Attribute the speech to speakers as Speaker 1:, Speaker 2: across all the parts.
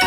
Speaker 1: ト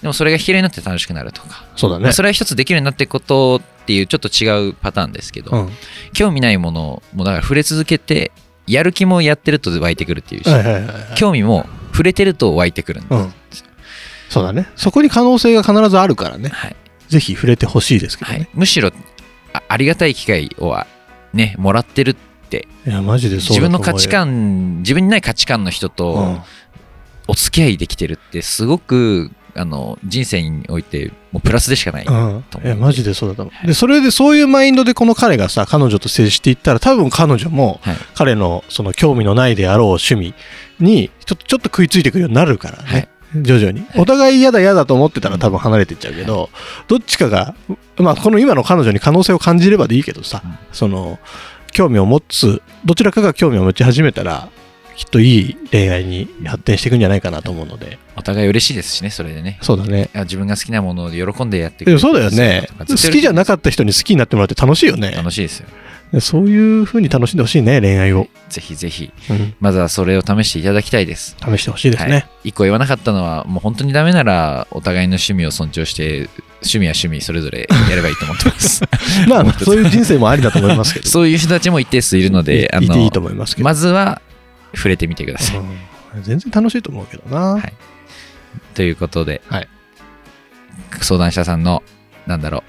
Speaker 2: でもそれが弾けるようになって楽しくなるとか、
Speaker 3: そうだ
Speaker 2: ま
Speaker 3: ね
Speaker 2: あ。それは一つできるようになっていくことっていうちょっと違うパターンですけど、
Speaker 3: うん。
Speaker 2: 興味ないものもだから触れ続けてやる気もやってると湧いてくるっていうし、
Speaker 3: はいはいはいはい。
Speaker 2: 興味も触れてると湧いてくるんで、
Speaker 3: うん。そうだね。そこに可能性が必ずあるからね。
Speaker 2: はい、
Speaker 3: ぜひ触れてほしいですけど
Speaker 2: は
Speaker 3: ね。
Speaker 2: い、むしろあありがたい機会をあねもらってるって
Speaker 3: い、や、マジでそう
Speaker 2: 自
Speaker 3: だ
Speaker 2: 分
Speaker 3: と思
Speaker 2: の
Speaker 3: うよ
Speaker 2: 価値、観自分にない価値観の人
Speaker 3: うん
Speaker 2: とお付き合いできてるってすごくあの人生においてもうプラスでしかない、
Speaker 3: うん
Speaker 2: と思う
Speaker 3: いやマジでそうだと思う、
Speaker 2: はい
Speaker 3: でそれでそういうマインドでこの彼がさ彼女と接していったら多分彼女も
Speaker 2: はい
Speaker 3: 彼のその興味のないであろう趣味にちょっとちょっと食いついてくるようになるからね、
Speaker 2: はい
Speaker 3: 徐々にお互い嫌だ嫌だと思ってたら多分離れていっちゃうけどどっちかが、まあ、この今の彼女に可能性を感じればでいいけどさ、その興味を持つどちらかが興味を持ち始めたらきっといい恋愛に発展していくんじゃないかなと思うので
Speaker 2: お互い嬉しいですしね、それでね。
Speaker 3: そうだね
Speaker 2: あ自分が好きなもので喜んでやってくれ
Speaker 3: でも
Speaker 2: る
Speaker 3: そうだよね
Speaker 2: とか
Speaker 3: 好きじゃなかった人に好きになってもらって楽しいよね
Speaker 2: 楽しいですよ。
Speaker 3: そういう風に楽しんでほしいね恋愛を、
Speaker 2: ぜひぜひ、
Speaker 3: うん
Speaker 2: まずはそれを試していただきたいです。
Speaker 3: 試してほしいですね、
Speaker 2: はい、一個言わなかったのは、もう本当にダメなら、お互いの趣味を尊重して、趣味は趣味それぞれやればいいと思って ます。
Speaker 3: まあまあそういう人生もありだと思いますけど
Speaker 2: そういう人たちも一定数いるので、あ
Speaker 3: いい
Speaker 2: の
Speaker 3: ていいと思いますけど、
Speaker 2: まずは触れてみてください。
Speaker 3: うん全然楽しいと思うけどな、
Speaker 2: はいということで、
Speaker 3: はい
Speaker 2: 相談者さんの、なんだろう、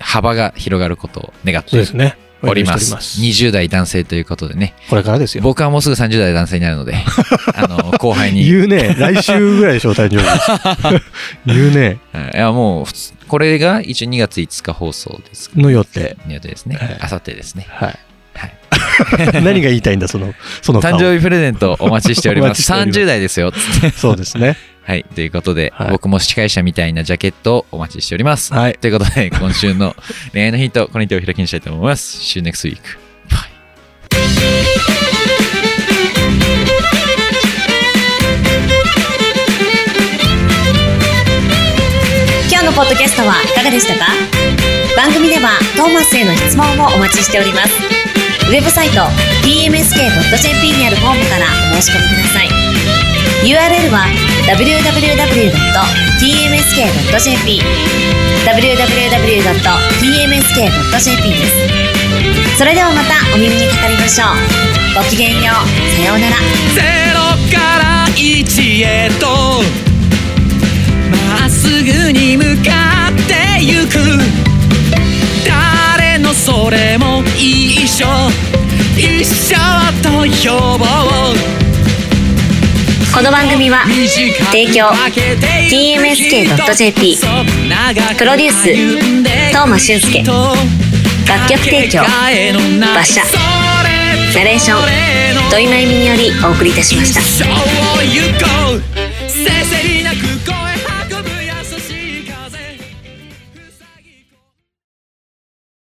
Speaker 2: 幅が広がることを願っ
Speaker 3: そう
Speaker 2: て
Speaker 3: ですね
Speaker 2: おります。
Speaker 3: お願いしており
Speaker 2: 20代男性ということでね、
Speaker 3: これからですよ
Speaker 2: 僕はもうすぐ30代男性になるの で、あの後輩に。
Speaker 3: 言うね来週ぐらいでしょ誕生日 言うね
Speaker 2: はいいやもう普通これが一応2月5日放送です
Speaker 3: の予定
Speaker 2: の予定ですね
Speaker 3: はい。
Speaker 2: あさってですね。
Speaker 3: はい
Speaker 2: はい
Speaker 3: 何が言いたいんだそのその
Speaker 2: 誕
Speaker 3: 顔
Speaker 2: 生日プレゼント お待ちしております。
Speaker 3: お待ちしております
Speaker 2: 30代ですよ。つ って
Speaker 3: そうですね
Speaker 2: はい。ということで、
Speaker 3: はい
Speaker 2: 僕も司会者みたいなジャケットをお待ちしております。
Speaker 3: はい
Speaker 2: ということで、今週の恋愛のヒント、この日を開きにしたいと思います。See you next week. Bye.
Speaker 1: 「今日のポッドキャストはいかがでしたか番組ではトーマスへの質問もお待ちしておりますウェブサイト tmsk.jp にあるフォームからお申し込みください URL は www.tmsk.jp www.tmsk.jp ですそれではまたお耳にかかりましょうごきげんようさようなら
Speaker 4: ゼロから一へとまっすぐに向かってゆく誰のそれも一緒一緒と呼ぼう
Speaker 1: この番組は提供 TMSK.jp プロデュース東間俊介楽曲提供馬車ナレーション土井真由美によりお送りいたしました
Speaker 4: た